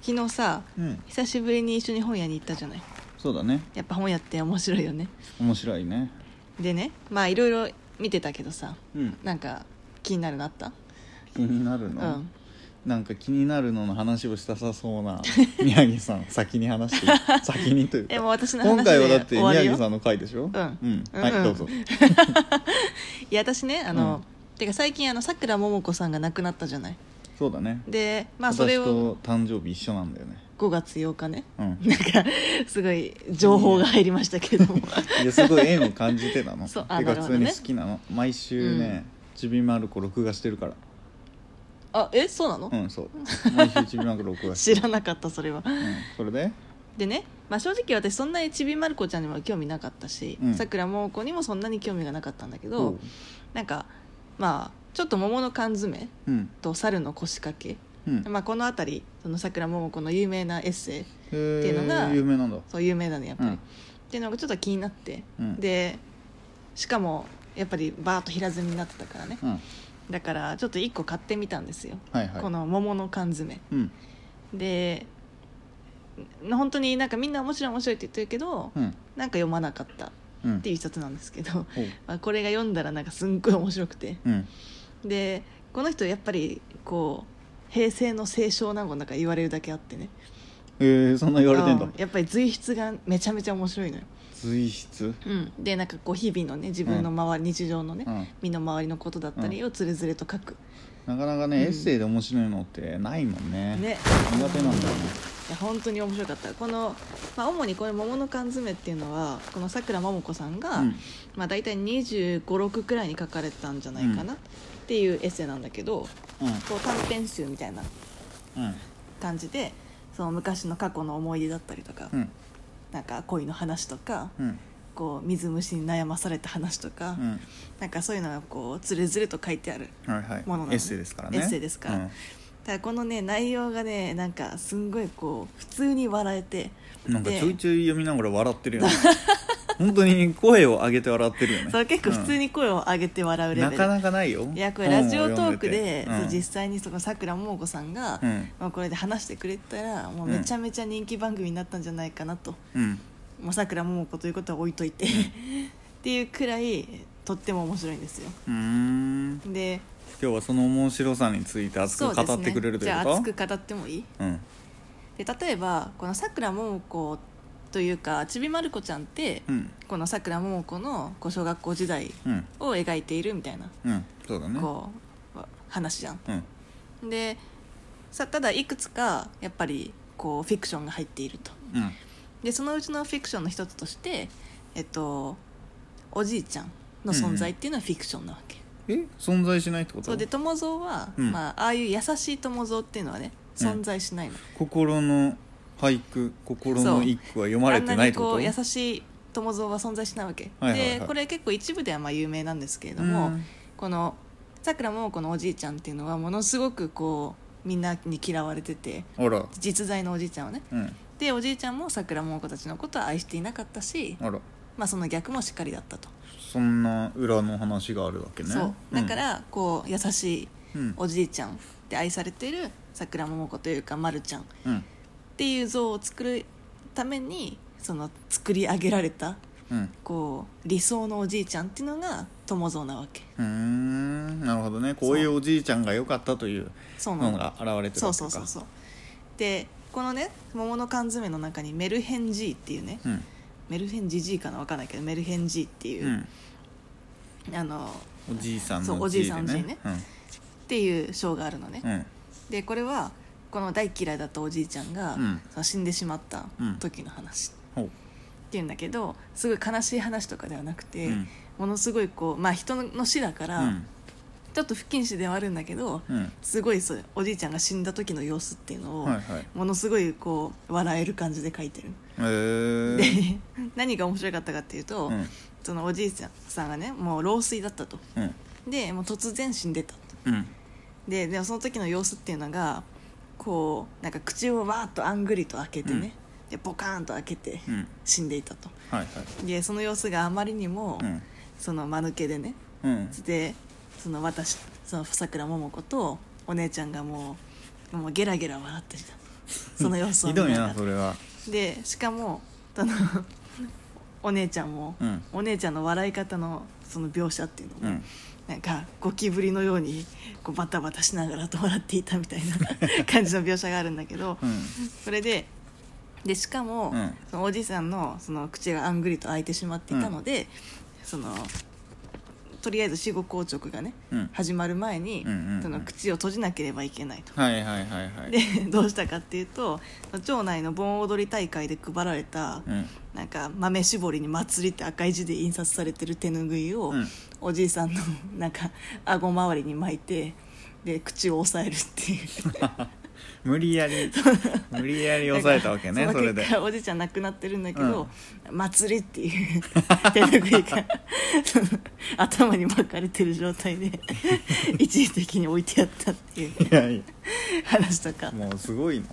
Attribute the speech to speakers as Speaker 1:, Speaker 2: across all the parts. Speaker 1: 昨日さ
Speaker 2: うん
Speaker 1: 久しぶりに一緒に本屋に行ったじゃない
Speaker 2: そうだね
Speaker 1: やっぱ本屋って面白いよね
Speaker 2: 面白いね
Speaker 1: でねまあいろいろ見てたけどさ
Speaker 2: うん
Speaker 1: なんか気になるのあった
Speaker 2: 気になるの、
Speaker 1: うん
Speaker 2: なんか気になるのの話をしたさそうな 宮城さん先に話して 先にというか
Speaker 1: えもう私の話
Speaker 2: 今回はだって
Speaker 1: で終わ
Speaker 2: 宮
Speaker 1: るよ
Speaker 2: 城さんの回でしょ
Speaker 1: ん
Speaker 2: は
Speaker 1: うんうん
Speaker 2: いどうぞ
Speaker 1: いや私ねあの、
Speaker 2: うん
Speaker 1: てか最近あのさくらももこさんが亡くなったじゃない
Speaker 2: そうだね
Speaker 1: でまあそれ
Speaker 2: 私
Speaker 1: を
Speaker 2: と誕生日一緒なんだよね
Speaker 1: 5月8日ね
Speaker 2: うん
Speaker 1: なんかすごい情報が入りましたけれども
Speaker 2: いやすごい縁を感じてな の
Speaker 1: そうあ
Speaker 2: て
Speaker 1: な
Speaker 2: か
Speaker 1: るほ
Speaker 2: 普
Speaker 1: ど
Speaker 2: 通
Speaker 1: ね
Speaker 2: に好きなの毎週ね、ちびまる子録画してるから
Speaker 1: あえそうなの、
Speaker 2: うんそう毎週ちびまる子録画して
Speaker 1: 知らなかったそれは
Speaker 2: る、うん、それで
Speaker 1: でね、まあ、正直私そんなにちびまる子ちゃんにも興味なかったし
Speaker 2: うん
Speaker 1: さくらももこにもそんなに興味がなかったんだけ
Speaker 2: う
Speaker 1: どなんかまあちょっと桃の缶詰
Speaker 2: うん
Speaker 1: と猿の腰掛け、
Speaker 2: うん
Speaker 1: まあ、この辺りそのさくらももこの有名なエッセイ
Speaker 2: ってい
Speaker 1: いうのが
Speaker 2: 有名なんだ
Speaker 1: そう有名だねやっぱり、
Speaker 2: うん
Speaker 1: っていうのがちょっと気になって、
Speaker 2: うん
Speaker 1: でしかもやっぱりバーッと平積みになってたからね
Speaker 2: うんはい
Speaker 1: だからちょっと1個買ってみたんですよ、
Speaker 2: はい
Speaker 1: この桃の缶詰
Speaker 2: うん
Speaker 1: でん本当になんかみんな面白い面白いって言ってるけど、
Speaker 2: うん
Speaker 1: なんか読まなかったっ
Speaker 2: うん
Speaker 1: ていう一冊なんですけど、
Speaker 2: ほう
Speaker 1: まあ、これが読んだらなんかすんごい面白くて
Speaker 2: うん
Speaker 1: でこの人やっぱりこう平成の清少納言だから言われるだけあってね
Speaker 2: えー、そんな言われてんだ
Speaker 1: うんやっぱり随筆がめちゃめちゃ面白いのよ、
Speaker 2: 随筆
Speaker 1: うん、でなんかこう日々のね自分の周り、日常のね、
Speaker 2: うん
Speaker 1: 身の回りのことだったりをつれづれと書く、
Speaker 2: なかなかね、
Speaker 1: うん
Speaker 2: エッセイで面白いのってないもんね
Speaker 1: ね
Speaker 2: 苦手なんだよね
Speaker 1: いや本当に面白かったこの、まあ、主にこの「桃の缶詰」っていうのはこのさくらももこさんが、
Speaker 2: うん
Speaker 1: まあ、大体2 5 6くらいに書かれたんじゃないかなっていうエッセイなんだけど、こう短編集みたいな
Speaker 2: うんうん
Speaker 1: 感じでその昔の過去の思い出だったりとか、
Speaker 2: うん
Speaker 1: なんか恋の話とか、
Speaker 2: うん
Speaker 1: こう水虫に悩まされた話とか、
Speaker 2: うん
Speaker 1: なんかそういうのがこうつれづれと書いてある
Speaker 2: はいはい
Speaker 1: ものなのね
Speaker 2: エッセイですからね
Speaker 1: エッセイですからただこのね内容がねなんかすんごいこう普通に笑えて
Speaker 2: うん、なんか
Speaker 1: で
Speaker 2: ちょいちょい読みながら笑ってる よね本当に声を上げて笑ってるよね
Speaker 1: そう結構普通
Speaker 2: に、
Speaker 1: に声を上げて笑う
Speaker 2: うん
Speaker 1: レベル、
Speaker 2: なかなかないよ
Speaker 1: いやこれラジオトークで、そう
Speaker 2: 本を読んて
Speaker 1: 実際にそのさくらももこさんが、
Speaker 2: うん
Speaker 1: まあ、これで話してくれたらもうめちゃめちゃ人気番組になったんじゃないかなと、
Speaker 2: うんうん
Speaker 1: もうさくらももこということは置いといてっていうくらいとっても面白いんですよ
Speaker 2: うーん
Speaker 1: で
Speaker 2: 今日はその面白さについて熱
Speaker 1: そう
Speaker 2: く
Speaker 1: です
Speaker 2: 語ってくれると
Speaker 1: ね、
Speaker 2: い
Speaker 1: じ
Speaker 2: う
Speaker 1: ゃ
Speaker 2: こと
Speaker 1: あ熱く語ってもいい
Speaker 2: うん
Speaker 1: で例えばこのさくらももこというかちびまる子ちゃんって、
Speaker 2: うん
Speaker 1: このさくらももこのこう小学校時代
Speaker 2: うん
Speaker 1: を描いているみたいな、
Speaker 2: うんそうだね
Speaker 1: こう話じゃん
Speaker 2: うん
Speaker 1: でさただいくつかやっぱりこうフィクションが入っていると
Speaker 2: うん
Speaker 1: でそのうちのフィクションの一つとして、えっと、おじいちゃんの存在っていうのはフィクションなわけ、
Speaker 2: え存在しないってこと
Speaker 1: そうで友蔵は、
Speaker 2: うん
Speaker 1: まあ、ああいう優しい友蔵っていうのはね
Speaker 2: うん
Speaker 1: 存在しないの、
Speaker 2: 心の俳句心の一句は読ま
Speaker 1: あ
Speaker 2: れ
Speaker 1: ん
Speaker 2: て
Speaker 1: な
Speaker 2: ないっ
Speaker 1: に
Speaker 2: てこと
Speaker 1: こう優しい友蔵は存在しないわけ、
Speaker 2: はいはいはい
Speaker 1: でこれ結構一部ではまあ有名なんですけれども、
Speaker 2: うん
Speaker 1: このさくらももこのおじいちゃんっていうのはものすごくこうみんなに嫌われてて
Speaker 2: あら
Speaker 1: 実在のおじいちゃんはね
Speaker 2: うん
Speaker 1: でおじいちゃんもさくらももこたちのことは愛していなかったし、
Speaker 2: あら
Speaker 1: まあ、その逆もしっかりだったと、
Speaker 2: そんな裏の話があるわけね
Speaker 1: そうだからこう優しい
Speaker 2: うん
Speaker 1: おじいちゃんで愛されているさくらももこというかまるちゃんっ
Speaker 2: うん
Speaker 1: ていう像を作るためにその作り上げられた
Speaker 2: うん
Speaker 1: こう理想のおじいちゃんっていうのが友像なわけ
Speaker 2: うーんなるほどねこういうおじいちゃんが良かったという
Speaker 1: そうな
Speaker 2: の
Speaker 1: の
Speaker 2: が現れてるわけか
Speaker 1: そうそうそうそうでこのね「桃の缶詰」の中にメルヘン G っていうね、
Speaker 2: うん
Speaker 1: メルヘン GG かな分かんないけどメルヘン G っていうう、
Speaker 2: ん
Speaker 1: あの
Speaker 2: おじいさん
Speaker 1: そう
Speaker 2: の
Speaker 1: おじいさんの
Speaker 2: で
Speaker 1: 字ね
Speaker 2: ね
Speaker 1: っていう章があるのね、
Speaker 2: うんうん
Speaker 1: でこれはこの大嫌いだったおじいちゃんが、
Speaker 2: うん
Speaker 1: その死んでしまった時の話っ
Speaker 2: ほう
Speaker 1: ていうんだけどすごい悲しい話とかではなくて、
Speaker 2: うん
Speaker 1: ものすごいこうまあ人の死だから、
Speaker 2: うん
Speaker 1: ちょっと不謹慎ではあるんだけど、
Speaker 2: うん
Speaker 1: すごいそうおじいちゃんが死んだ時の様子っていうのを、
Speaker 2: はいはい
Speaker 1: ものすごいこう笑える感じで書いてる、
Speaker 2: へー
Speaker 1: で 何が面白かったかっていうと、
Speaker 2: うん
Speaker 1: そのおじいちゃんさんがねもう老衰だったと
Speaker 2: うん
Speaker 1: でもう突然死んでた
Speaker 2: うん
Speaker 1: ででもその時の様子っていうのがこうなんか口をわーっとあんぐりと開けてね、でボカーンと開けて
Speaker 2: うん
Speaker 1: 死んでいたと
Speaker 2: はいはい
Speaker 1: でその様子があまりにも、
Speaker 2: うん
Speaker 1: その間抜けでね
Speaker 2: うん
Speaker 1: でその私そのさくらももことお姉ちゃんがもうもうゲラゲラ笑ってたその様子を
Speaker 2: ひ
Speaker 1: 見な
Speaker 2: ど
Speaker 1: が
Speaker 2: い
Speaker 1: ら
Speaker 2: なそれは
Speaker 1: でしかもあのお姉ちゃんも、
Speaker 2: うん
Speaker 1: お姉ちゃんの笑い方のその描写っていう
Speaker 2: う
Speaker 1: のも、
Speaker 2: ん
Speaker 1: なんかゴキブリのようにこうバタバタしながらと笑っていたみたいな 感じの描写があるんだけど、
Speaker 2: うん
Speaker 1: それででしかも、
Speaker 2: うん
Speaker 1: そのおじさんのその口があんぐりと開いてしまっていたので、そのとりあえず死後硬直がね、
Speaker 2: うん
Speaker 1: 始まる前に、
Speaker 2: うんうんうん
Speaker 1: その口を閉じなければいけないと。
Speaker 2: はいはいはいはい
Speaker 1: で どうしたかっていうと町内の盆踊り大会で配られた、
Speaker 2: うん
Speaker 1: なんか豆絞りに「祭り」って赤い字で印刷されてる手ぬぐいを、
Speaker 2: うん
Speaker 1: おじいさんのなんか顎周りに巻いてで口を押さえるっていう
Speaker 2: 無理 やり無理やり抑えたわけね
Speaker 1: なん
Speaker 2: そ
Speaker 1: か
Speaker 2: れ
Speaker 1: の
Speaker 2: で
Speaker 1: 結果おじいちゃん亡くなってるんだけど「祭り」っていう手ぬぐいがその 頭に巻かれてる状態 で一時的に置いてやったっていう
Speaker 2: いやい
Speaker 1: 話とか
Speaker 2: やもうすごいな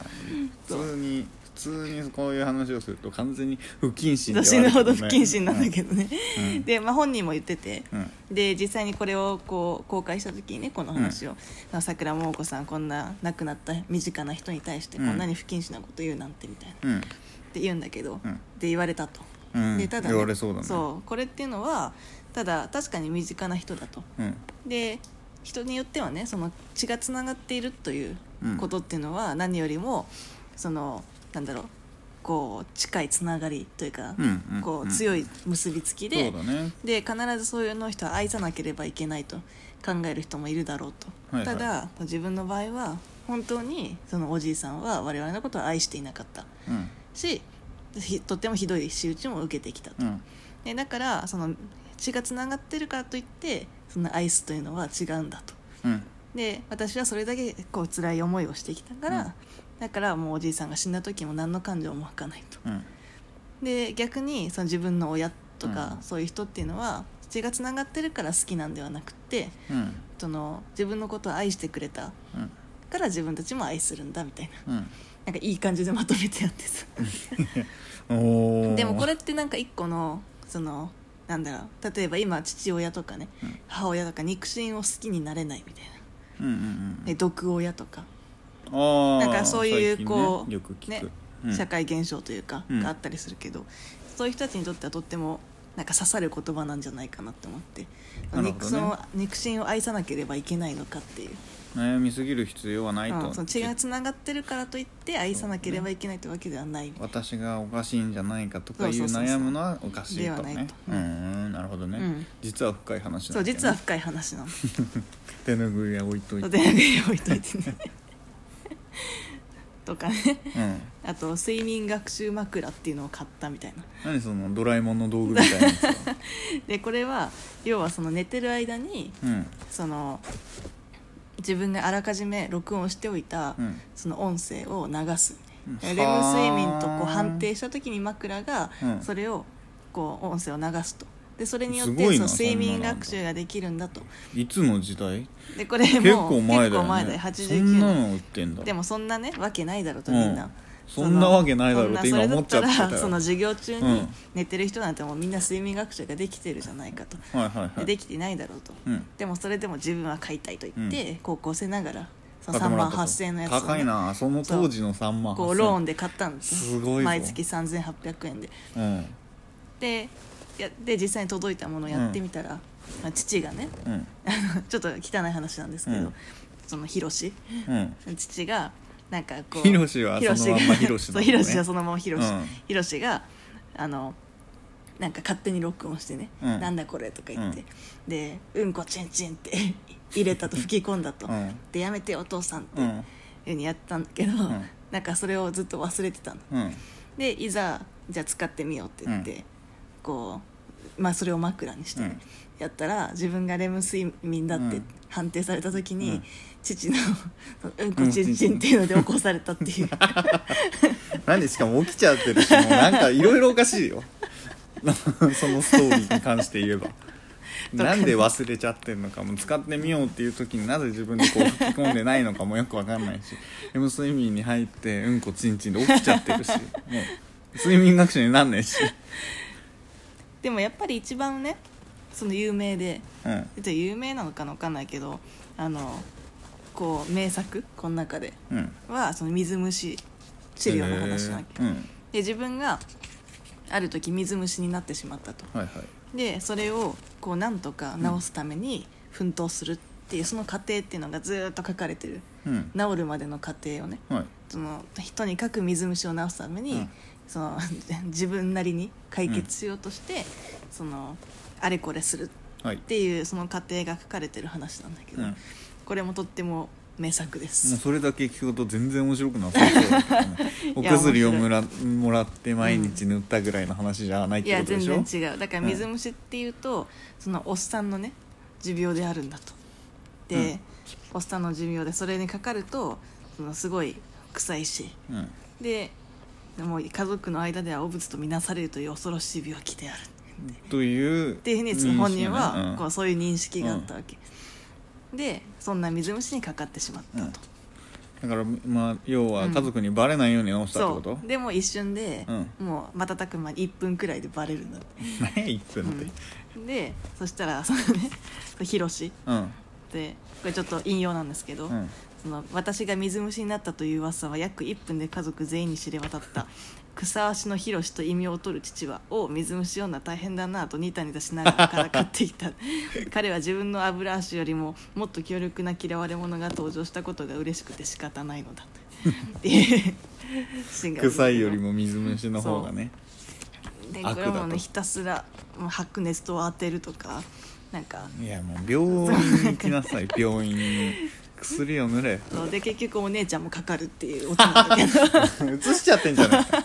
Speaker 1: そう
Speaker 2: 普通に普通にこういう話をすると完全に不謹慎ではあ
Speaker 1: 死
Speaker 2: る
Speaker 1: ぬ
Speaker 2: け
Speaker 1: ほ
Speaker 2: ね
Speaker 1: ど不謹慎なんだけどね、
Speaker 2: うん
Speaker 1: で、まあ、本人も言ってて、
Speaker 2: うん
Speaker 1: で実際にこれをこう公開した時にねこの話を、桜桃子さんこんな亡くなった身近な人に対してこ
Speaker 2: うん
Speaker 1: んなに不謹慎なこと言うなんてみたいな、っ
Speaker 2: うん
Speaker 1: て言うんだけど、
Speaker 2: うん
Speaker 1: で言われたと、
Speaker 2: うん
Speaker 1: でただね、
Speaker 2: 言われそうだね
Speaker 1: そうこれっていうのはただ確かに身近な人だと
Speaker 2: うん
Speaker 1: で人によってはねその血がつながっているということっていうのは何よりもそのなんだろうこう近いつながりというか、
Speaker 2: うんうん
Speaker 1: こ
Speaker 2: う
Speaker 1: うん強い結びつき
Speaker 2: そ
Speaker 1: で
Speaker 2: う,、だね
Speaker 1: で必ずそういうの人は愛さなければいけないと考える人もいるだろうと、
Speaker 2: はいはい
Speaker 1: ただ自分の場合は本当にそのおじいさんは我々のことを愛していなかった
Speaker 2: うん
Speaker 1: しひとってもひどい仕打ちも受けてきたと、
Speaker 2: うん
Speaker 1: でだからその血がつながってるからといってそのアイスというのは違うんだと
Speaker 2: うん
Speaker 1: で私はそれだけこう辛い思いをしてきたから、
Speaker 2: うん
Speaker 1: だからもうおじいさんが死んだ時も何の感情も湧かないと
Speaker 2: うん
Speaker 1: で逆にその自分の親とか、
Speaker 2: うん
Speaker 1: そういう人っていうのは血がつながってるから好きなんではなくって
Speaker 2: うん
Speaker 1: その自分のことを愛してくれた
Speaker 2: うん
Speaker 1: から自分たちも愛するんだみたいな
Speaker 2: うん
Speaker 1: なんかいい感じでまとめてやってさ
Speaker 2: おー
Speaker 1: でもこれってなんか一個のそのなんだろう例えば今父親とかね、
Speaker 2: うん
Speaker 1: 母親とか肉親を好きになれないみたいな、
Speaker 2: うんうんう
Speaker 1: で
Speaker 2: ん
Speaker 1: 毒親とか、
Speaker 2: あー
Speaker 1: なんかそういう
Speaker 2: 最近ね
Speaker 1: こう
Speaker 2: よく聞く、
Speaker 1: ね
Speaker 2: うん
Speaker 1: 社会現象というか、
Speaker 2: うん
Speaker 1: があったりするけどそういう人たちにとってはとってもなんか刺さる言葉なんじゃないかなって思って、
Speaker 2: なるほどね
Speaker 1: 肉その肉親を愛さなければいけないのかっていう、
Speaker 2: 悩みすぎる必要はないと、
Speaker 1: うん、その血がつながってるからといって愛さなければいけないってわけではない、
Speaker 2: 私がおかしいんじゃないかとかいう
Speaker 1: そうそうそうそう
Speaker 2: 悩むのはおかしいと
Speaker 1: ではない
Speaker 2: ね
Speaker 1: と
Speaker 2: う
Speaker 1: うんん
Speaker 2: うんなるほどね、
Speaker 1: うん
Speaker 2: 実は深い話
Speaker 1: そ
Speaker 2: な
Speaker 1: うん
Speaker 2: だよね
Speaker 1: 実は深い話なの
Speaker 2: 手ぬぐいは置いとい
Speaker 1: お
Speaker 2: て
Speaker 1: 手紙置いといてね とかね
Speaker 2: うん
Speaker 1: あと睡眠学習枕っていうのを買ったみたいな
Speaker 2: 何そのドラえもんの道具みたいなやつか
Speaker 1: でこれは要はその寝てる間に
Speaker 2: うん
Speaker 1: その自分があらかじめ録音しておいた、
Speaker 2: うん
Speaker 1: その音声を流す
Speaker 2: うん
Speaker 1: レム睡眠とこう判定した時に枕が
Speaker 2: うん
Speaker 1: それをこう音声を流すとでそれによっ
Speaker 2: すごい
Speaker 1: て
Speaker 2: な
Speaker 1: そう睡
Speaker 2: そん
Speaker 1: 眠
Speaker 2: なのあんだ
Speaker 1: 学習ができるんだと
Speaker 2: いつの時代
Speaker 1: でこれもう
Speaker 2: 結構前だよ
Speaker 1: 結構前
Speaker 2: ねそ
Speaker 1: 89
Speaker 2: んな
Speaker 1: 年
Speaker 2: の売ってんだ
Speaker 1: でもそんなねわけないだろうとみんな、
Speaker 2: うんそんなわけないだろうって
Speaker 1: そん
Speaker 2: 今
Speaker 1: な
Speaker 2: 思っちゃってた
Speaker 1: それだ
Speaker 2: よ
Speaker 1: らその授業中
Speaker 2: う
Speaker 1: に
Speaker 2: ん
Speaker 1: 寝てる人なんてもうみんな睡眠学習ができてるじゃないかと、
Speaker 2: はいはいは
Speaker 1: でで
Speaker 2: い
Speaker 1: きてないだろうと、
Speaker 2: うん
Speaker 1: でもそれでも自分は買いたいと言って、高校生ながらその
Speaker 2: 買
Speaker 1: 3
Speaker 2: っても
Speaker 1: 万
Speaker 2: らったと
Speaker 1: 8000円のやつをね、
Speaker 2: 高いなその当時の3万
Speaker 1: こうローン
Speaker 2: で
Speaker 1: で買ったんです
Speaker 2: すごいぞ
Speaker 1: 毎月3800円で
Speaker 2: うん
Speaker 1: でやで実際に届いたものをやってみたら、まあ父がね
Speaker 2: うん
Speaker 1: ちょっと汚い話なんですけど、
Speaker 2: うん
Speaker 1: そのヒロシ
Speaker 2: うん
Speaker 1: 父がなんかこう
Speaker 2: ヒロシはそのまんまヒロシ
Speaker 1: そ
Speaker 2: だ
Speaker 1: う
Speaker 2: もんね
Speaker 1: ヒロシはそのままヒロシ、
Speaker 2: うん
Speaker 1: ヒロシがあのなんか勝手に録音してね「
Speaker 2: うん
Speaker 1: なんだこれ」とか言って、で「うんこチンチン」って 入れたと吹き込んだと「
Speaker 2: うん
Speaker 1: でやめてよお父さん」って
Speaker 2: う
Speaker 1: いうんふうにやったんだけど、
Speaker 2: ん
Speaker 1: なんかそれをずっと忘れてたの
Speaker 2: うん
Speaker 1: でいざじゃあ使ってみようって言って、
Speaker 2: う
Speaker 1: こう、まあ、それを枕にしてね、
Speaker 2: うん
Speaker 1: やったら自分がレム睡眠だっ
Speaker 2: う
Speaker 1: て
Speaker 2: ん
Speaker 1: 判定された時に、
Speaker 2: うん
Speaker 1: 父の うんこちんちんっていうので起こされたって いう
Speaker 2: 何しかも起きちゃってるしもうなんかいろいろおかしいよ そのストーリーに関して言えばなんで忘れちゃってるのかも使ってみようっていう時になぜ自分でこう吹き込んでないのかもよくわかんないし M 睡眠に入ってうんこちんちんで起きちゃってるしもう睡眠学習になんないし
Speaker 1: でもやっぱり一番ねその有名で
Speaker 2: うん
Speaker 1: ちょっと有名なのかなわかんないけどあのこう名作この中で
Speaker 2: うん
Speaker 1: はその水虫シリアの話なんだけど、
Speaker 2: へーうん
Speaker 1: で自分がある時水虫になってしまったと
Speaker 2: はいはい
Speaker 1: でそれをこうなんとか治すために奮闘するっていうその過程っていうのがずーっと書かれてる
Speaker 2: うん
Speaker 1: 治るまでの過程をね
Speaker 2: はい
Speaker 1: その人に書く水虫を治すために、
Speaker 2: うん
Speaker 1: その 自分なりに解決しようとして、そのあれこれする
Speaker 2: はい
Speaker 1: っていうその過程が書かれてる話なんだけ
Speaker 2: う
Speaker 1: ど、
Speaker 2: んも
Speaker 1: これもとっても名作で
Speaker 2: う
Speaker 1: す、
Speaker 2: それだけ聞くと全然面白くなさそうだけどね お
Speaker 1: いや
Speaker 2: 薬をもらもらって毎日塗ったぐらいの話じゃないっ
Speaker 1: い
Speaker 2: て
Speaker 1: や
Speaker 2: ことで
Speaker 1: 全
Speaker 2: しょ
Speaker 1: 然違うだから水虫っていうと、そのおっさんのね持病であるんだとで、
Speaker 2: うん
Speaker 1: おっさんの持病でそれにかかるとそのすごい臭いし
Speaker 2: うん
Speaker 1: でもう家族の間では汚物とみなされるという恐ろしい病気である
Speaker 2: というっ
Speaker 1: っていうふうにその本人はこうそういう認識があったわけ、でそんな水虫にかかってしまったと、
Speaker 2: だからまあ要は家族にバレないように直したってこと
Speaker 1: そう、でも一瞬で、
Speaker 2: うん
Speaker 1: もう瞬く間に1分くらいでバレるんだって、
Speaker 2: 何1分って
Speaker 1: うんでそしたらそのね「ヒロシ」
Speaker 2: うん
Speaker 1: ってこれちょっと引用なんですけど、
Speaker 2: うん
Speaker 1: その私が水虫になったという噂は約1分で家族全員に知れ渡 った草足のヒロシと異名を取る父は「おう水虫女大変だな」とニタニタしながらからかってい た彼は自分の油足よりももっと強力な嫌われ者が登場したことが嬉しくて仕方ないのだ っていうシーンがあるんですけど
Speaker 2: 臭いよりも水虫の方がね
Speaker 1: で
Speaker 2: 悪だ
Speaker 1: こ
Speaker 2: と
Speaker 1: れはもうねひたすらもう白熱と当てるとかなんか
Speaker 2: いやもう病院に行きなさい病 院に薬を塗れ
Speaker 1: そうで結局お姉ちゃんもかかるっていうオチなんだけど
Speaker 2: 移しちゃってんじゃないか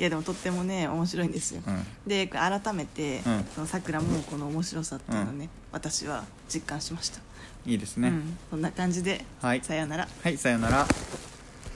Speaker 1: いやでもとってもね面白いんですよ、
Speaker 2: うん
Speaker 1: で改めて、
Speaker 2: うん
Speaker 1: そのさくらももこの面白さっていうのをね、私は実感しました、
Speaker 2: いいですね、
Speaker 1: うん、そんな感じで、
Speaker 2: はい
Speaker 1: さようなら
Speaker 2: はいさよなら